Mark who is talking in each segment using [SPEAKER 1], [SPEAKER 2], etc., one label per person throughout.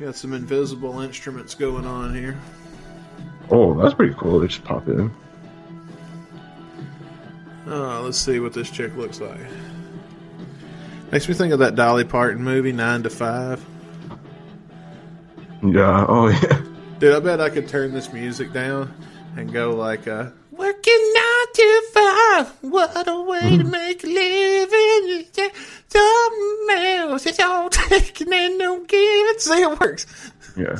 [SPEAKER 1] Got some invisible instruments going on here.
[SPEAKER 2] Oh, that's pretty cool. They just pop in.
[SPEAKER 1] Uh, let's see what this chick looks like. Makes me think of that Dolly Parton movie, Nine to Five.
[SPEAKER 2] Yeah. Oh yeah.
[SPEAKER 1] Dude, I bet I could turn this music down and go like, uh, working nine to five. What a way to make a living. Yeah, Something else is all taking and no giving. See, it works.
[SPEAKER 2] Yeah.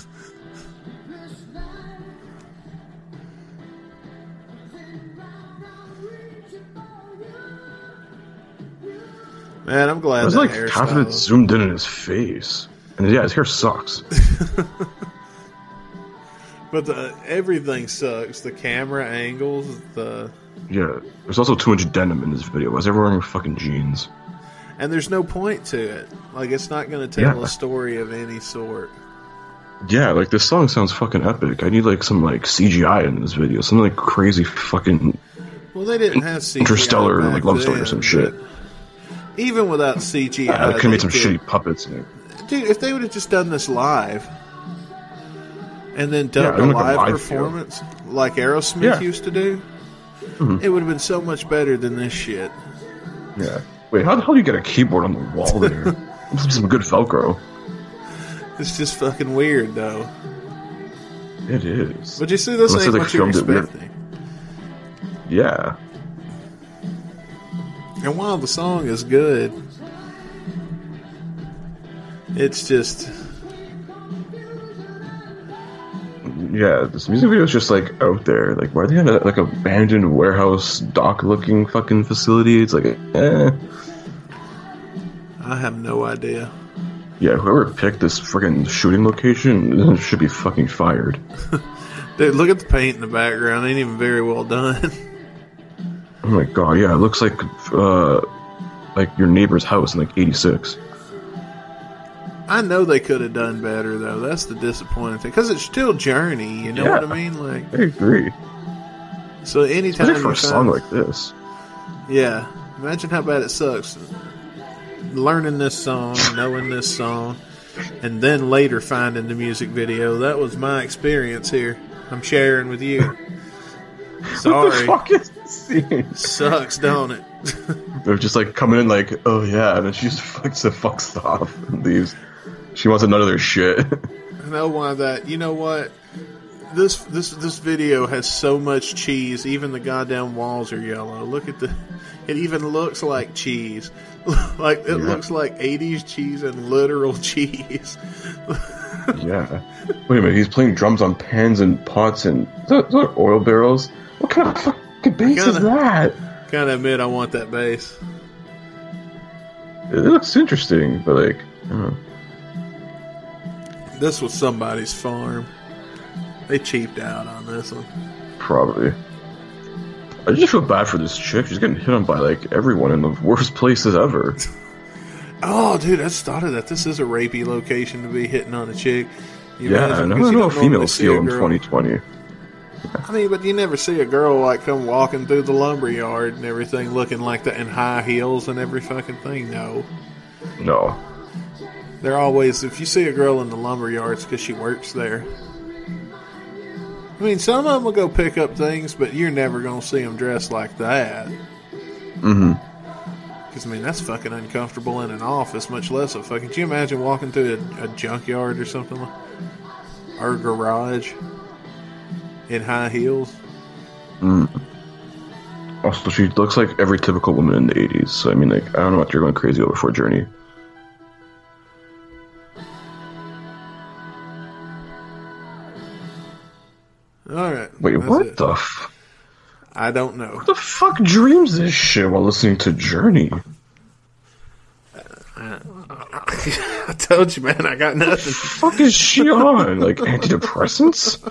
[SPEAKER 1] Man, I'm glad
[SPEAKER 2] That's
[SPEAKER 1] that
[SPEAKER 2] like
[SPEAKER 1] hairstyle-
[SPEAKER 2] half of it zoomed in in his face. And yeah, his hair sucks.
[SPEAKER 1] But the, everything sucks. The camera angles, the
[SPEAKER 2] yeah. There's also too much denim in this video. Why is everyone wearing fucking jeans?
[SPEAKER 1] and there's no point to it. Like it's not going to tell
[SPEAKER 2] Yeah.
[SPEAKER 1] a story of any sort.
[SPEAKER 2] Yeah, like this song sounds fucking epic. I need like some like CGI in this video. Some like crazy fucking
[SPEAKER 1] Well, they didn't have CGI
[SPEAKER 2] interstellar
[SPEAKER 1] back
[SPEAKER 2] like love story or
[SPEAKER 1] then,
[SPEAKER 2] some shit. Uh,
[SPEAKER 1] but Even without CGI,
[SPEAKER 2] Yeah, they could
[SPEAKER 1] they
[SPEAKER 2] make some
[SPEAKER 1] could-
[SPEAKER 2] shitty puppets in it.
[SPEAKER 1] Dude, if they would have just done this live and then
[SPEAKER 2] Yeah,
[SPEAKER 1] done
[SPEAKER 2] done
[SPEAKER 1] a,
[SPEAKER 2] like a
[SPEAKER 1] live
[SPEAKER 2] live
[SPEAKER 1] performance like Aerosmith
[SPEAKER 2] Yeah. Mm-hmm.
[SPEAKER 1] used to do, it would have been so much better than this shit.
[SPEAKER 2] Yeah. Wait, how the hell do you get a keyboard on the wall there? Must be some good Velcro.
[SPEAKER 1] It's just fucking weird, though.
[SPEAKER 2] It is.
[SPEAKER 1] But you see, this
[SPEAKER 2] Unless
[SPEAKER 1] ain't
[SPEAKER 2] they
[SPEAKER 1] what you're
[SPEAKER 2] filmed it weird.
[SPEAKER 1] expecting.
[SPEAKER 2] yeah.
[SPEAKER 1] And while the song is good, it's just
[SPEAKER 2] Yeah, this music video is just like out there. Like, why are they in a, like abandoned warehouse dock looking fucking facility? It's like, eh.
[SPEAKER 1] I have no idea.
[SPEAKER 2] Yeah, whoever picked this friggin' shooting location should be fucking fired.
[SPEAKER 1] Dude, look at the paint in the background. Ain't even very well done.
[SPEAKER 2] Oh my god, yeah, it looks like uh, like your neighbor's house in like '86.
[SPEAKER 1] I know they could have done better though. That's the disappointing thing because it's still Journey. You know
[SPEAKER 2] Yeah.
[SPEAKER 1] what I mean? Like
[SPEAKER 2] I agree.
[SPEAKER 1] so, anytime
[SPEAKER 2] Especially for
[SPEAKER 1] you
[SPEAKER 2] a song
[SPEAKER 1] find-
[SPEAKER 2] like this.
[SPEAKER 1] yeah, imagine how bad it sucks. Learning this song, knowing this song, and then later finding the music video. That was my experience here. I'm sharing with you.
[SPEAKER 2] What the
[SPEAKER 1] Sorry,
[SPEAKER 2] fuck is this scene?
[SPEAKER 1] sucks, don't it?
[SPEAKER 2] They're just like coming in like, oh yeah, and then she just fucks the fucks off and leaves. She wants none of their shit.
[SPEAKER 1] I know why that. You know what? This this this video has so much cheese. Even the goddamn walls are yellow. Look at the. It even looks like cheese. like it
[SPEAKER 2] Yeah.
[SPEAKER 1] looks like '80s cheese and literal cheese.
[SPEAKER 2] yeah. Wait a minute, he's playing drums on pans and pots and is that, is that oil barrels? What kind of fucking bass is
[SPEAKER 1] Kinda.
[SPEAKER 2] that?
[SPEAKER 1] Gotta admit, I want that bass.
[SPEAKER 2] It looks interesting, but like, I don't know.
[SPEAKER 1] This was somebody's farm. They cheaped out on this one.
[SPEAKER 2] probably. I just feel bad for this chick. She's getting hit on by like everyone in the worst places ever.
[SPEAKER 1] Oh, dude, I just thought of that. This is a rapey location to be hitting on a chick. You
[SPEAKER 2] yeah,
[SPEAKER 1] imagine,
[SPEAKER 2] no,
[SPEAKER 1] 'cause
[SPEAKER 2] I
[SPEAKER 1] you
[SPEAKER 2] know
[SPEAKER 1] don't
[SPEAKER 2] a
[SPEAKER 1] normally
[SPEAKER 2] female
[SPEAKER 1] see a
[SPEAKER 2] feel in
[SPEAKER 1] girl-
[SPEAKER 2] 2020.
[SPEAKER 1] I mean, but you never see a girl like come walking through the lumber yard and everything looking like that in high heels and every fucking thing. No.
[SPEAKER 2] No,
[SPEAKER 1] They're always, if you see a girl in the lumber yards because she works there. I mean, some of them will go pick up things, but you're never going to see them dressed like that. Mm-hmm. Because, I mean, that's fucking uncomfortable in an office, much less a fucking. Can you imagine walking through a, a junkyard or something? Like, or a garage in high heels?
[SPEAKER 2] Also, she looks like every typical woman in the 80s. So, I mean, like, I don't know what you're going crazy over for, Journey.
[SPEAKER 1] All right.
[SPEAKER 2] Wait,
[SPEAKER 1] that's
[SPEAKER 2] what
[SPEAKER 1] it.
[SPEAKER 2] the, f-
[SPEAKER 1] I don't know.
[SPEAKER 2] the fuck dreams this shit while listening to Journey?
[SPEAKER 1] I told you, man. I got nothing.
[SPEAKER 2] Fuck is she on? Like, antidepressants?